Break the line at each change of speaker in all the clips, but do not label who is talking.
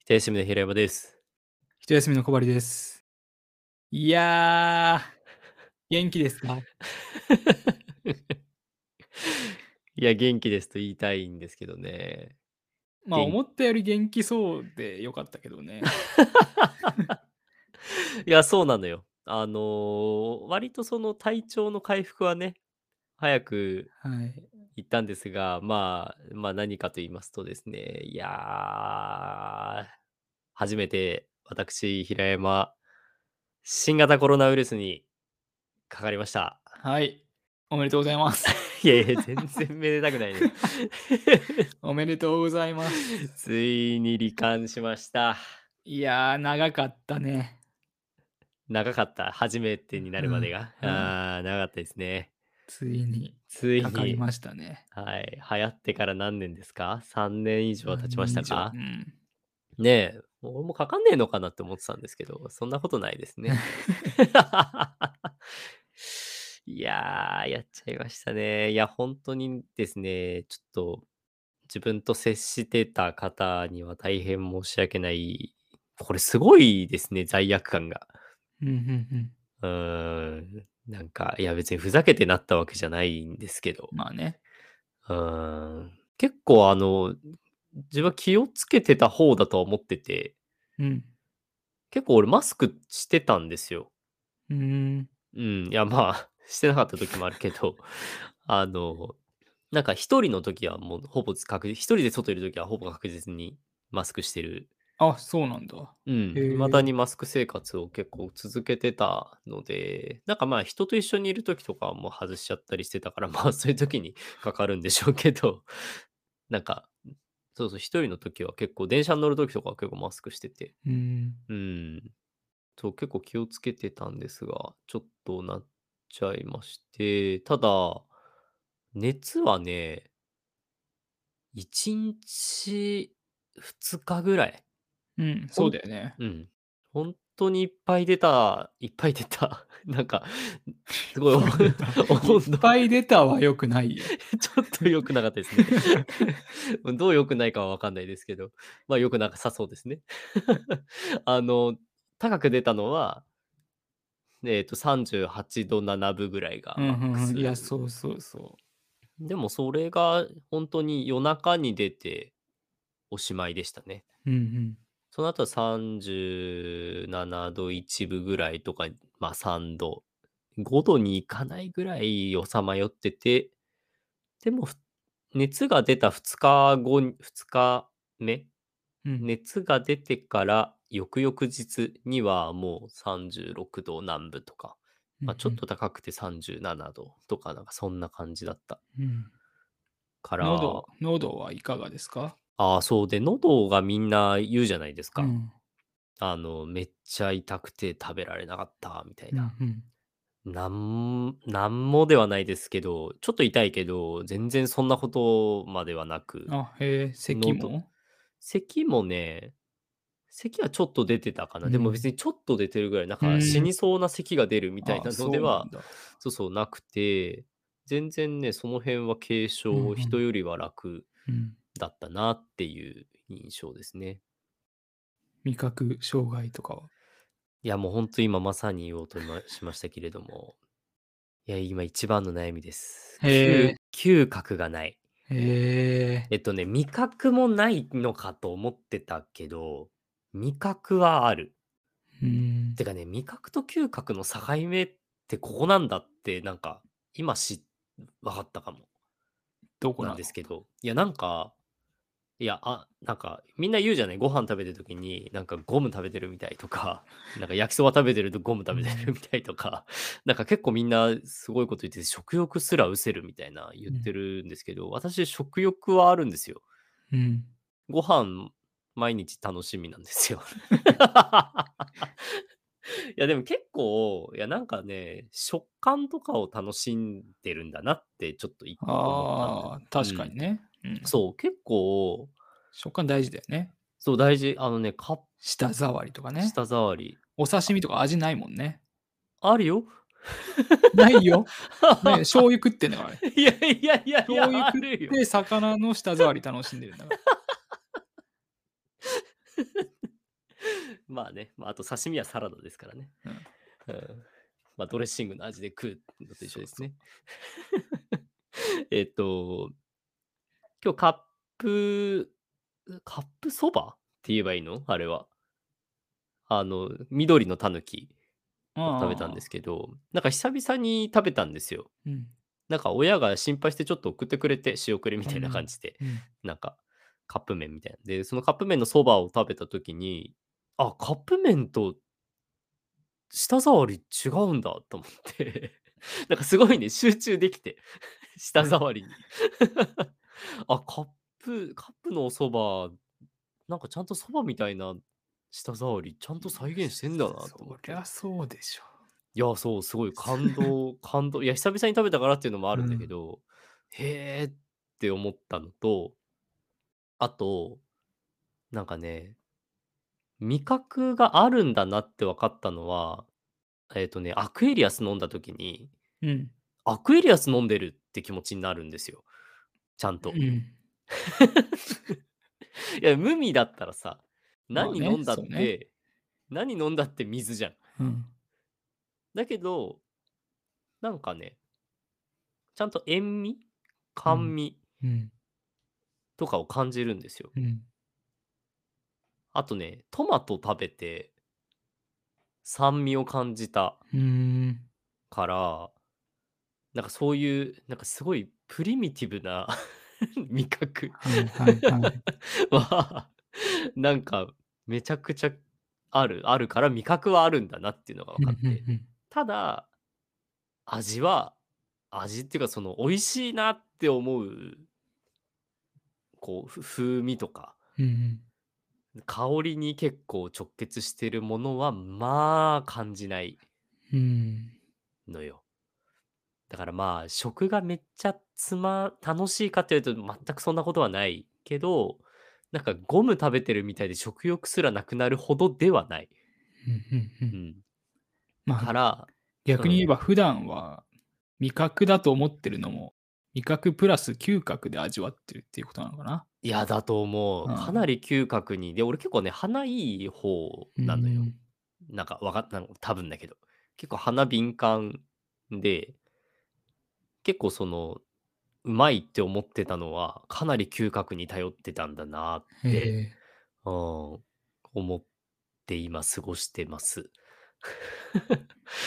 一休みの平山です。
一休みの小針です。いやー、元気ですか
いや、元気ですと言いたいんですけどね。
まあ、
元気
思ったより元気そうでよかったけどね。
いや、そうなのよ。あのー割とその体調の回復はね、早く
はい。
行ったんですが、まあ、まあ何かと言いますとですね、いやー、初めて私、平山、新型コロナウイルスにかかりました。
はい。おめでとうございます。
いやいや、全然めでたくないね。
おめでとうございます。
ついに罹患しました。
いやー、長かったね。
長かった。初めてになるまでが。
うんうん
ああ、長かったですね。
ついに
つい
かかり
に、
ましたね。
はい、流行ってから何年ですか ?3 年以上は経ちましたか
何人以上
ねえ、俺もかかんねえのかなって思ってたんですけど、そんなことないです ね。いやー、やっちゃいましたね。いや、本当にですね、ちょっと自分と接してた方には大変申し訳ない。これすごいですね、罪悪感が。
うん。うんうんうん
うーん、なんか、いや別にふざけてなったわけじゃないんですけど、
まあね。
うーん、結構あの、自分は気をつけてた方だとは思ってて、
うん。
結構俺マスクしてたんですよ。
うーん。
うん、いやまあ、 してなかった時もあるけど、 あの、なんか一人の時はもうほぼ確実、一人で外いる時はほぼ確実にマスクしてる
あ、そうなんだ。
うん、
へえ
未だにマスク生活を結構続けてたので、なんかまあ人と一緒にいる時とかはもう外しちゃったりしてたから、ま あそういう時にかかるんでしょうけど、なんか、そうそう、一人の時は結構、電車に乗る時とかは結構マスクしてて、
うーん。
うん、そう、結構気をつけてたんですが、ちょっとなっちゃいまして、ただ、熱はね、1日2日ぐらい。
うん、そうだよね。
うん。本当にいっぱい出た、いっぱい出た。 なんか、す ごい、お
い
温
っ
度、
ぱい出たはよくないよ。
ちょっと良くなかったですね。 どう良くないかは分かんないですけど、まあ良くなさそうですね。 あの、高く出たのは、えっ、と、38度7分ぐらいが
うん
マ
う
ック
んう
ス。
ん。いや、 そうそうそう。
でもそれが本当に夜中に出ておしまいでしたね。
うんうん。
その後は37度1分ぐらいとか、まあ3度、5度に行かないぐらいをさまよってて、でもふ熱が出た2日後に、2日目、
うん
熱が出てから翌々日にはもう36度南部とか、まあ、ちょっと、高くて37度とか、なんかそんな感じだった
うんうん
から、
喉喉はいかがですか
ああ、そうで、喉がみんな言うじゃないですか。
うん
あの、めっちゃ痛くて食べられなかったみたいな。
うん
なん、なんもではないですけど、ちょっと痛いけど、全然そんなことまではなく、
あへえ咳
喉
も
咳もね、咳はちょっと出てたかな。でも
うん
別にちょっと出てるぐらい、なん
う
か
ん
死にそうな咳が出るみたいな
あ
のでは、
そうなんだ
そうそうなくて、全然ね、その辺は軽
うんう
症、
ん
人よりは楽
うん
だったなっていう印象ですね。
味覚障害とかはい
や、もう本当今まさに言おうとましましたけれども、いや、今一番の悩みです。
へ
嗅嗅覚がない。
へえ
えっとね、味覚もないのかと思ってたけど、味覚はある。
うん
てかね、味覚と嗅覚の境目ってここなんだって、なんか、今し、分かったかも。
どこ
な
な
ん
ん
で
ですす
けど、いや、なんか、いや、あ、なんか、みんな言うじゃないご飯食べてるときに、なんかゴム食べてるみたいと か、なんか焼きそば食べてるとゴム食べて
う
る
ん
みたいとか、なんか結構みんなすごいこと言ってて、食欲すら失せるみたいな言ってるんですけど、私、食欲はあるんですよ。
うん
ご飯、毎日楽しみなんです よ。いや、でも結構、いや、なんかね、食感とかを楽しんでるんだなって、ちょっと一個思ったん
あ
で
ー確かにねうん
そう、結構、
食感大事だよね
そう、大事。あのね、カッ
舌触りとか
プ
ね
舌触り。
お刺身とか味ないもんね
あるよ。
ないよね醤油食ってんだからね
いやいやいやい
醤
や、
油
あ
食
る
っ
よ。
て魚の舌触り楽しんでるんだから
まあね、まあ、あと刺身はサラダですからね。うんまあ、ドレッシングの味で食うのと一緒ですね。 えっと、今日カップ、カップそばって言えばいいのあれは。あの、緑のたぬきを食べたんですけど、なんか久々に食べたんですよ。
けど、うん
なんか親が心配してちょっと送ってくれて、仕送りみたいな感じで。
うん
なんかカップ麺みたいな。で、そのカップ麺のそばを食べたときに、あ、カップ麺と舌触り違うんだと思って、 なんかすごいね、集中でき て、舌触りに。 あ、カップ、カップのおそば、なんかちゃんとそばみたいな舌触り、ちゃんと再現してんだなと思っ
そ
て。
りゃそうでしょ。
いや、そう、すごい感 動、感動。いや、久々に食べたからっていうのもあるんだ
う
け
ん
ど、へーって思ったのと、あと、なんかね、味覚があるんだなって分かったのは、えっ、とね、アクエリアス飲んだ時に、
うん。
アクエリアス飲んでるって気持ちになるんですよ。ちゃんと。
う
い
ん
や、無味だったらさ、
まあ
何
ね
飲んだっ
そ
て、
うね
何飲んだって水じゃん。
うん。
だけど、なんかね、ちゃんと塩味甘味
うん。
とかを感じるんですよ。
うん。
あとね、トマト食べて、酸味を感じた
うん。
から、なんかそういう、なんかすごいプリミティブな 味覚
はいはいはい。
は、なんかめちゃくちゃある、あるから味覚はあるんだなっていうのが分かって。
うんうん
ただ味は味っていうかその美味しいなって思うこうふ風味とか
うんうん
香りに結構直結してるものはまあ感じない
うん。
のよだからまあ食がめっちゃつま楽しいかっていうと全くそんなことはないけどなんかゴム食べてるみたいで食欲すらなくなるほどではない、
うんうんう
うんん、
ま
か
あ
ら
逆に言えば普段は味覚だと思ってるのも味覚プラス嗅覚で味わってるっていうことなのかな。
いやだと思う。
うん
かなり嗅覚に。で、俺結構ね、鼻いい方なのよ。
うん
なんかわかっなんか多分だけど。結構鼻敏感で、結構その、うまいって思ってたのは、かなり嗅覚に頼ってたんだなって、
へ
うん、思って今過ごしてます。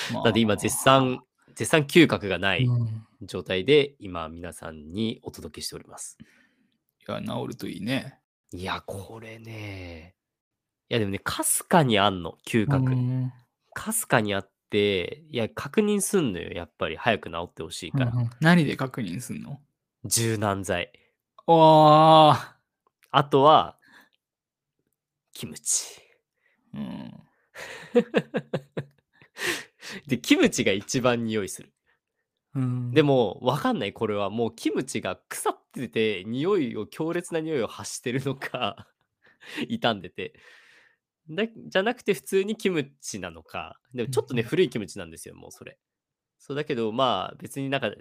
えまあ
だって今絶賛、絶賛嗅覚がない
うんい
状態で、今皆さんにお届けしております。
や、治るといいね。
いや、これね。いや、でもね、かすかにあんの、嗅覚。
うん
かすかにあって、いや、確認すんのよ、やっぱり。早く治ってほしいから。
うんうん何で確認すんの
柔軟剤。
おー
あとは、キムチ。
うん
で、キムチが一番匂いする。
うん
でも、わかんない、これは。もう、キムチが腐ってて、匂いを、強烈な匂いを発してるのか、 傷んでて。だじゃなくて、普通にキムチなのか。でも、ちょっとね、
うんうん
古いキムチなんですよ、もうそれ。そうだけど、まあ、別になんか、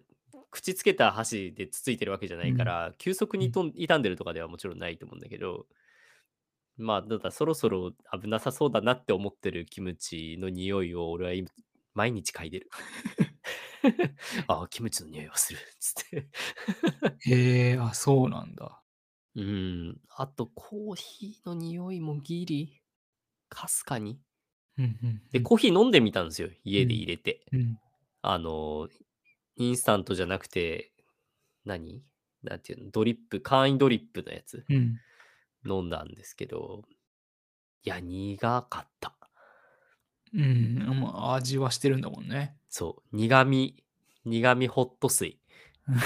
口つけた箸でつついてるわけじゃないから、急速にとん傷んでるとかではもちろんないと思うんだけど、まあ、ただ、そろそろ危なさそうだなって思ってるキムチの匂いを、俺は今毎日嗅いでる。ああ、キムチの匂いはする。つって。
へえ、あ、そうなんだ。
うん。あと、コーヒーの匂いもギリ、かすかに。
うんうん
で、コーヒー飲んでみたんですよ。家で
うん
入れて。
うん
あの、インスタントじゃなくて、何なんていうのドリップ、簡易ドリップのやつ
うん
飲んだんですけど、いや、苦かった。
うん、うんまあ味はしてるんだもんね。
そう、苦味、苦味ホット水
うん。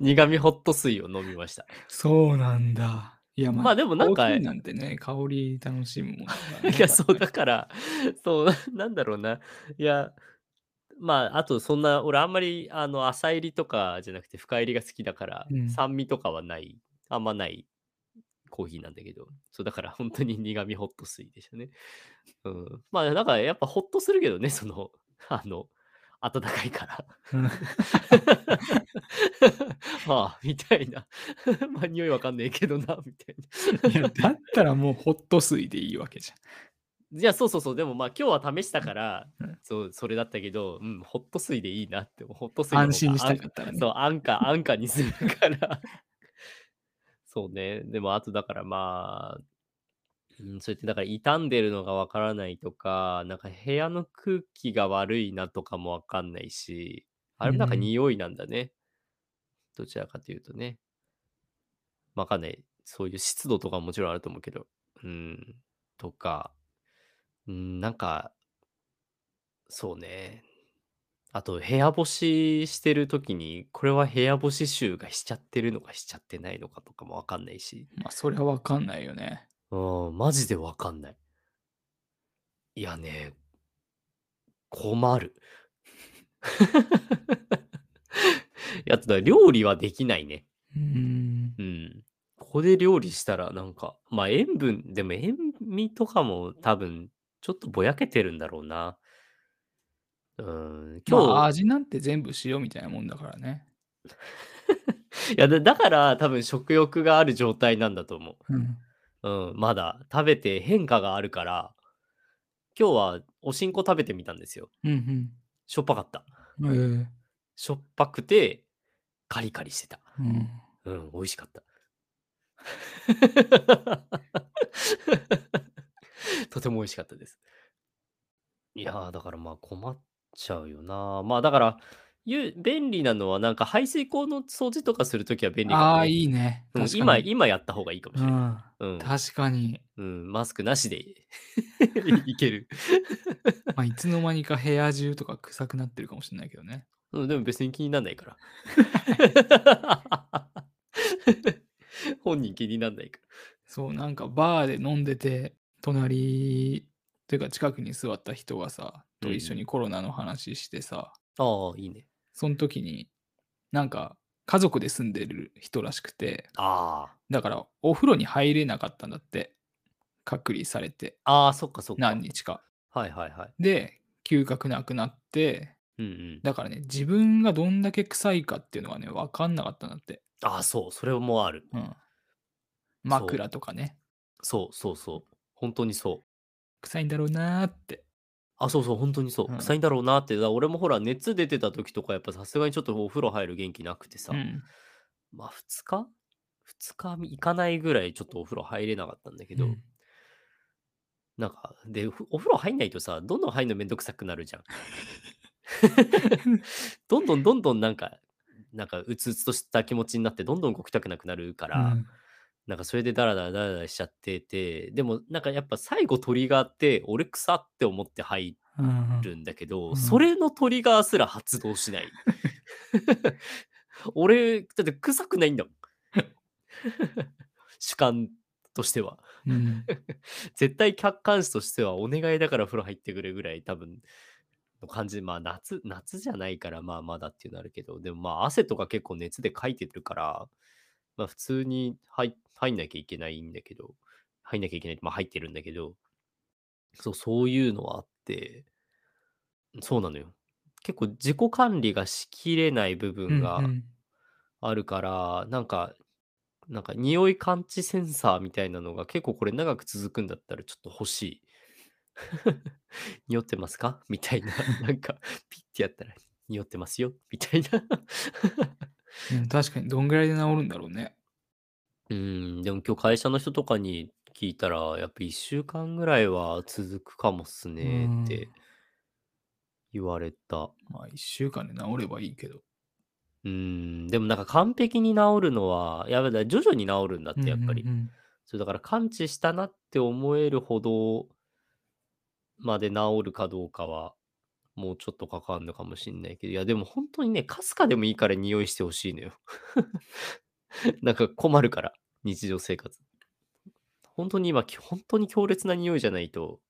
苦味ホット水を飲みました。
そうなんだ。いや、
まあでもなんか
コーヒーなんてね、香り楽しむもんだからね
いや、そうだから、 そう、なんだろうな。いや、まあ、あとそんな、俺あんまり、あの、浅入りとかじゃなくて深入りが好きだから、
うん
酸味とかはない、あんまないコーヒーなんだけど、そうだから本当に苦味ホット水でしたね。うん。まあ、だからやっぱホッとするけどね、そ の、あの、暖かいから。
うん
はあ、みたいな。 まあ、匂いわかんねえけどな、みたい
いやだったらもうホット水でいいわけじ
な。いや、そうそうそう。でもまあ、今日は試したから
うん、
そう、それだったけど、うん、ホット水でいいなって、ホット水
ゃん。
の方が
安心した
安
かったらね。
そう、安価、安価にするから。 そうね。でも、あとだからまあ、うん、そうやってだから傷んでるのがわからないとか、なんか部屋の空気が悪いなとかもわかんないし、あれもなんか
うん
匂いなんだね。どちらかというとね。まあわかんない。そういう湿度とかももちろんあると思うけど、うん、とか、うん、なんか、そうね。あと、部屋干ししてるときに、これは部屋干し臭がしちゃってるのかしちゃってないのかとかもわかんないし、
まあ、それはわかんないよね。
うん、マジでわかんない。いやね、困る。 いや、だから料理はできないね。
うーん。
うん。ここで料理したらなんか、まあ塩分、でも塩味とかも多分ちょっとぼやけてるんだろうな。うん、
今
今日、
日、味なんて全部塩みたいなもんだからね。
いやだだから多分食欲がある状態なんだと思
うん。
う。うん、まだ食べて変化があるから、今日はおしんこ食べてみたんですよ。
うん
しょっぱかった。
うん。え
しょっぱくて、カリカリしてた。
えう
う
ん。
ん、美味しかった。 とても美味しかったです。いやー、だからまあ困っちゃうよな。まあだから、ゆ便利なのはなんか排水口の掃除とかするときは便利かも
あ
ね
あ、いいね。
うん
確かに
今、今やった方がいいかもし
う
れない。
ん。
うん、
確かに。
うん、マスクなし でいける、
まあ、いつの間にか部屋中とか臭くなってるかもしれないけどね。
うん。でも別に気にならない から。本人気にならないか
そう、なんかバーで飲んでて、隣というか近くに座った人がさ、と一
うん
緒
う
にコロナの話してさ、
ら。ああ、いいね。
その時に、なんか家族で住んでる人らしくて、
あ
だからお風呂に入れなかったんだって。隔離されて、
あ。ああ、そっかそっか。
何日か。
はいはいはい。
で、嗅覚なくなって、
うんうん。
だからね、自分がどんだけ臭いかっていうのがね、分かんなかったんだって。
ああ、そう、それもある。
うん。枕とかね、
そうそうそう。本当にそう。
臭いんだろうなーって。
あ、そうそう、本当にそうう。
ん
臭いんだろうなって。だから俺もほら、熱出てた時とか、やっぱさすがにちょっとお風呂入る元気なくてさ、
うん。
まあ2日 ?2 日行かないぐらいちょっとお風呂入れなかったんだけど、
うん
なんか、で、ふお風呂入んないとさ、どんどん入るのめんどくさくなるじ ゃん。どんどんどんどんなんか、なんかうつうつとした気持ちになって、どんどん動きたくなくなるから、
うん
なんかそれでダラダラダラダラしちゃってて、でもなんかやっぱ最後トリガーって、俺草って思って入
うん
るんだけど、
うん
それのトリガーすら発動し ない。俺、だって臭くないんだもん。主観としては。
うん
絶対客観視としてはお願いだから風呂入ってくれぐらい多分の感じでまあ夏夏じゃないからまあまだっていうのあるけどでもまあ汗とか結構熱でかいてるからまあ普通に入入んなきゃいけないんだけど入んなきゃいけないまあ入ってるんだけどそうそういうのはあってそうなのよ結構自己管理がしきれない部分が
うん
あるから、なんか、なんか匂い感知センサーみたいなのが結構これ長く続くんだったらちょっと欲しい。 匂ってますか みたいな。なんか、ピッてやったら匂ってますよ。みたいな。
うんうん確かにどんぐらいで治るんだろうね。
うん、でも今日会社の人とかに聞いたら、やっぱ1週間ぐらいは続くかもっすねっ
う
て
ん
言われた。
まあ1週間で治ればいいけど。
うん、でもなんか完璧に治るのは、いやだから徐々に治るんだって、やっぱり
う。ん
そうだから完治したなって思えるほどまで治るかどうかはもうちょっとかかるのかもしんないけどいやでも本当にねかすかでもいいから匂いしてほしいのよ なんか困るから日常生活本当に今き本当に強烈な匂いじゃないと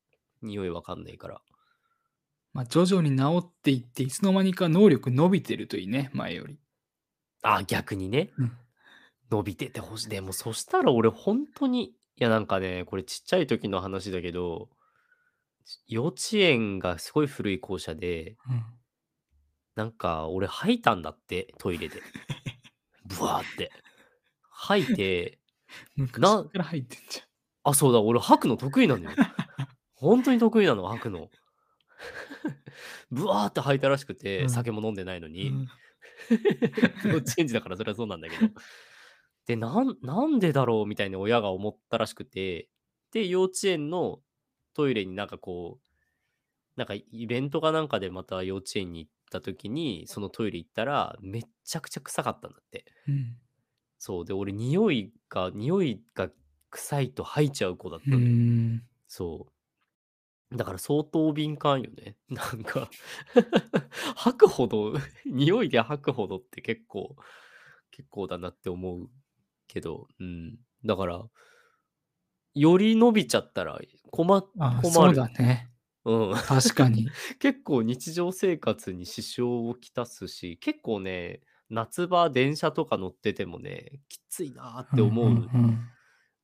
匂いわかんないから
まあ徐々に治っていって、いつの間にか能力伸びてるといいね、前より。
あ逆にね
うん
伸びててほしい。でもそしたら俺本当に、いやなんかね、これちっちゃい時の話だけど、幼稚園がすごい古い校舎で、
うん
なんか俺吐いたんだって、トイレで。ブワーって。吐いて、
昔から入ってんじ
あ、そうだ、俺吐くの得意なのよ。本当に得意なの、吐くの。 ブワーって吐いたらしくて、
うん
酒も飲んでないの
ゃん
に。。 幼稚園児だからそれはそうなんだけど。でなん、なんでだろうみたいに親が思ったらしくて、で、幼稚園のトイレになんかこう、なんかイベントかなんかでまた幼稚園に行った時に、そのトイレ行ったら、めっちゃくちゃ臭かったんだって。
うん
そうで、俺、匂いが、匂いが臭いと吐いちゃう子だったの
う
よ。
ん。
そう。だから相当敏感よね。 なんか、吐くほど、 匂いで吐くほどって結構、結構だなって思うけど、うん。だから、より伸びちゃったら困っ、
あ、
困
そう
る
だね。
うん。
確かに。
結構日常生活に支障をきたすし、結構ね、夏場電車とか乗っててもね、きついなーって思う。
んんん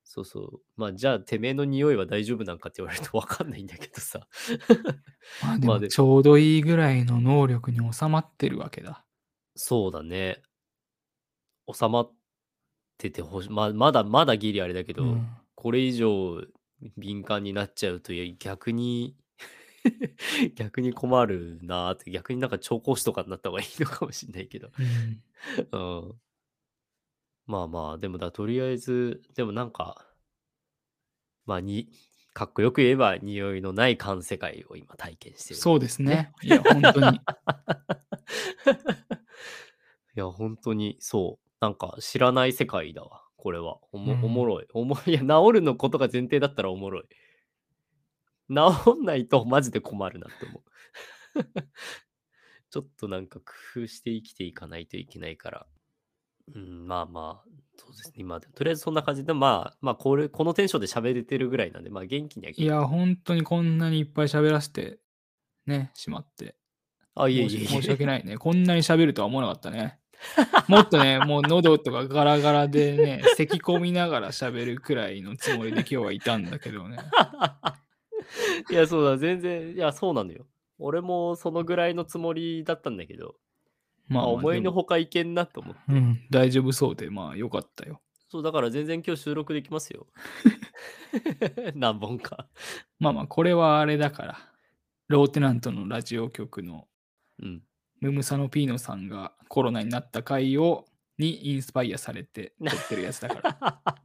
そうそう。まあ、じゃあ、てめえの匂いは大丈夫なんかって言われると分かんないんだけどさ。
まあで
まあ
も
で
ちょうどいいぐらいの能力に収まってるわけだ。
そうだね。収まっててほしい。まあ、まだまだギリあれだけど、
うん
これ以上敏感になっちゃうと、いや逆に、 逆に困るなーって、逆になんか調香師とかになった方がいいのかもしれないけど。
うん
うん。まあまあ、でもだ、とりあえず、でもなんか、まあに、かっこよく言えば、匂いのない感世界を今体験してる。
そうですね。 いや、本当に。
いや、本当に、そう。なんか、知らない世界だわ、これは。おも,、おもろい。おもいや、治るのことが前提だったらおもろい。治んないと、マジで困るなって思う。 ちょっとなんか工夫して生きていかないといけないから。うん、まあまあ、そうですね。今、とりあえずそんな感じで、まあ、まあ、これ、このテンションで喋れてるぐらいなんで、まあ、元気にはい
や、本当にこんなにいっぱい喋らせて、ね、しまって。
あ、いえいえ
申
い
し
え。
申し訳ないね。こんなに喋るとは思わなかったね。 もっとね、もう喉とかガラガラ でね、咳込みながら喋るくらいのつもりで今日はいたんだけ どね。
いや、そうだ、全然、いや、そうなのよ。俺もそのぐらいのつもりだったんだけど、
ま
ま
あ、
あ、思いの
ほ
ほかいけんなと思って。
うん、大丈夫そうで、まあよかったよ。
そう、だから全然今日収録できますよ。 何本か。
まあまあ、これはあれだから。ローテナントのラジオ局の
うん。
ムムサノピーノさんがコロナになった回を、にインスパイアされて撮ってるやつだ から。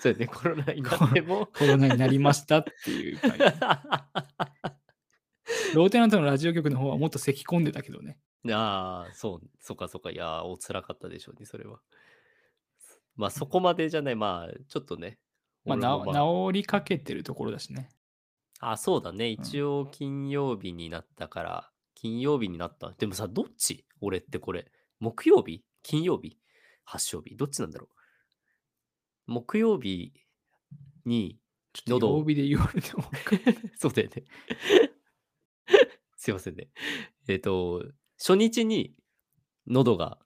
そうやね、コロナになっても。
コロナになりましたっていう回。
あ
ローテナントのラジオ局の方はもっと咳込んでたけどね。
あ、そう、そっかそっか。いやー、おつらかったでしょうね、それは。まあ、そこまでじゃない。まあ、ちょっとね。
まあ、
俺も
な治りかけてるところだしね。
あ、そうだね。一応金曜日になったから、金曜日になった。でもさ、どっち俺ってこれ、木曜日金曜日発症日どっちなんだろう木曜日に、
ちょっと
喉を
曜日で言われても。
そうだよね。 すいませんね。えっ、と、初日に喉が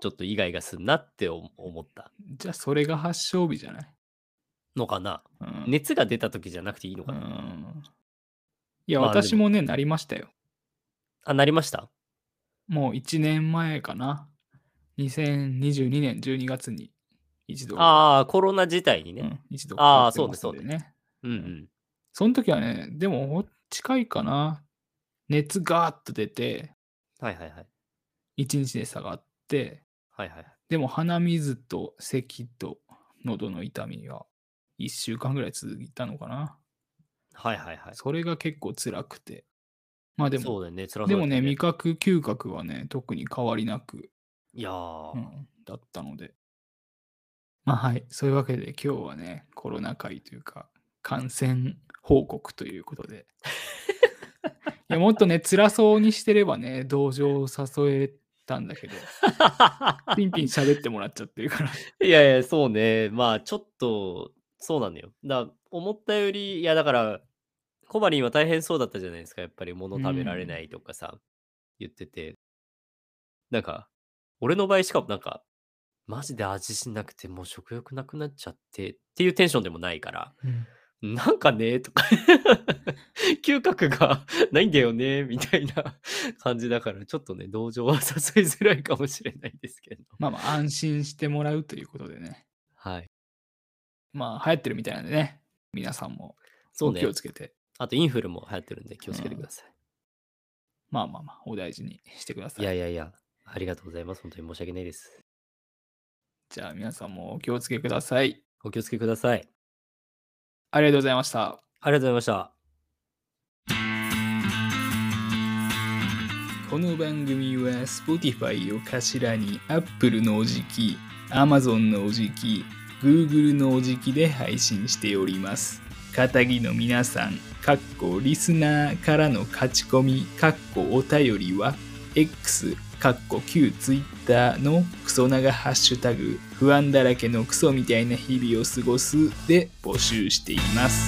ちょっとイガイガすんなって思思った
じゃあそれが発症日じゃない、
のかな。
うん、
熱が出た時じゃなくていいの
う
かな。
ん。いや、
まあでも
私もね、なりましたよ。
あ、なりました
もう1年前かな。2022年12月に一度。
ああ、コロナ自体に
う
ね。
ん、一度
ああ
かかってます
そうね
んでね。
うんうん。
その時はね、でも近いかな。熱ガーッと出て、
はいはいはい。
1日で下がって、
はいはいはい。
でも鼻水と咳と喉の痛みが1週間ぐらい続いたのかな。
はいはいはい。
それが結構辛くて。まあで
そう
も、
だよね、辛そう
で
だ
も
った
ね、
よ
味覚、嗅覚はね、特に変わりなく、
いやー、
うんだったので。まあはい、そういうわけで今日はね、コロナ禍というか、感染報告ということ で。いやもっとね、辛そうにしてればね、同情を誘えたんだけど、ピンピン喋ってもらっちゃってるか ら。
いやいや、そうね。まあ、ちょっと、そうなのよ。だ思ったより、いや、だから、コバリンは大変そうだったじゃないですか。やっぱり物食べられないとかさ、言ってて。なんか、俺の場合しかもなんか、マジで味しなくてもう食欲なくなっちゃってっていうテンションでもないから、なんかね、とか、 嗅覚が ないんだよね、みたいな 感じだから、ちょっとね、同情は誘いづらいかもしれないですけど。
まあまあ、安心してもらうということでね。
はい。
まあ、流行ってるみたいなんでね。皆さんも
そう
お
ね
気を。つけて、
あと、インフルも流行ってるんで、気をつけてください。
まあまあまあ、お大事にしてくださ
い
い。
やいやいや、ありがとうございます。本当に申し訳ないです。
じゃあ、皆さんもお気をつけください。
お気をつけください。
ありがとうございました。
ありがとうございました。
この番組は Spotify を頭に Apple のおじき、Amazon のおじき、Google のおじきで配信しております。片木の皆さん、かっこリスナーからの勝ち込み、かっこお便りは、X、かっこ旧 Twitter のクソ長ハッシュタグ、不安だらけのクソみたいな日々を過ごすで募集しています。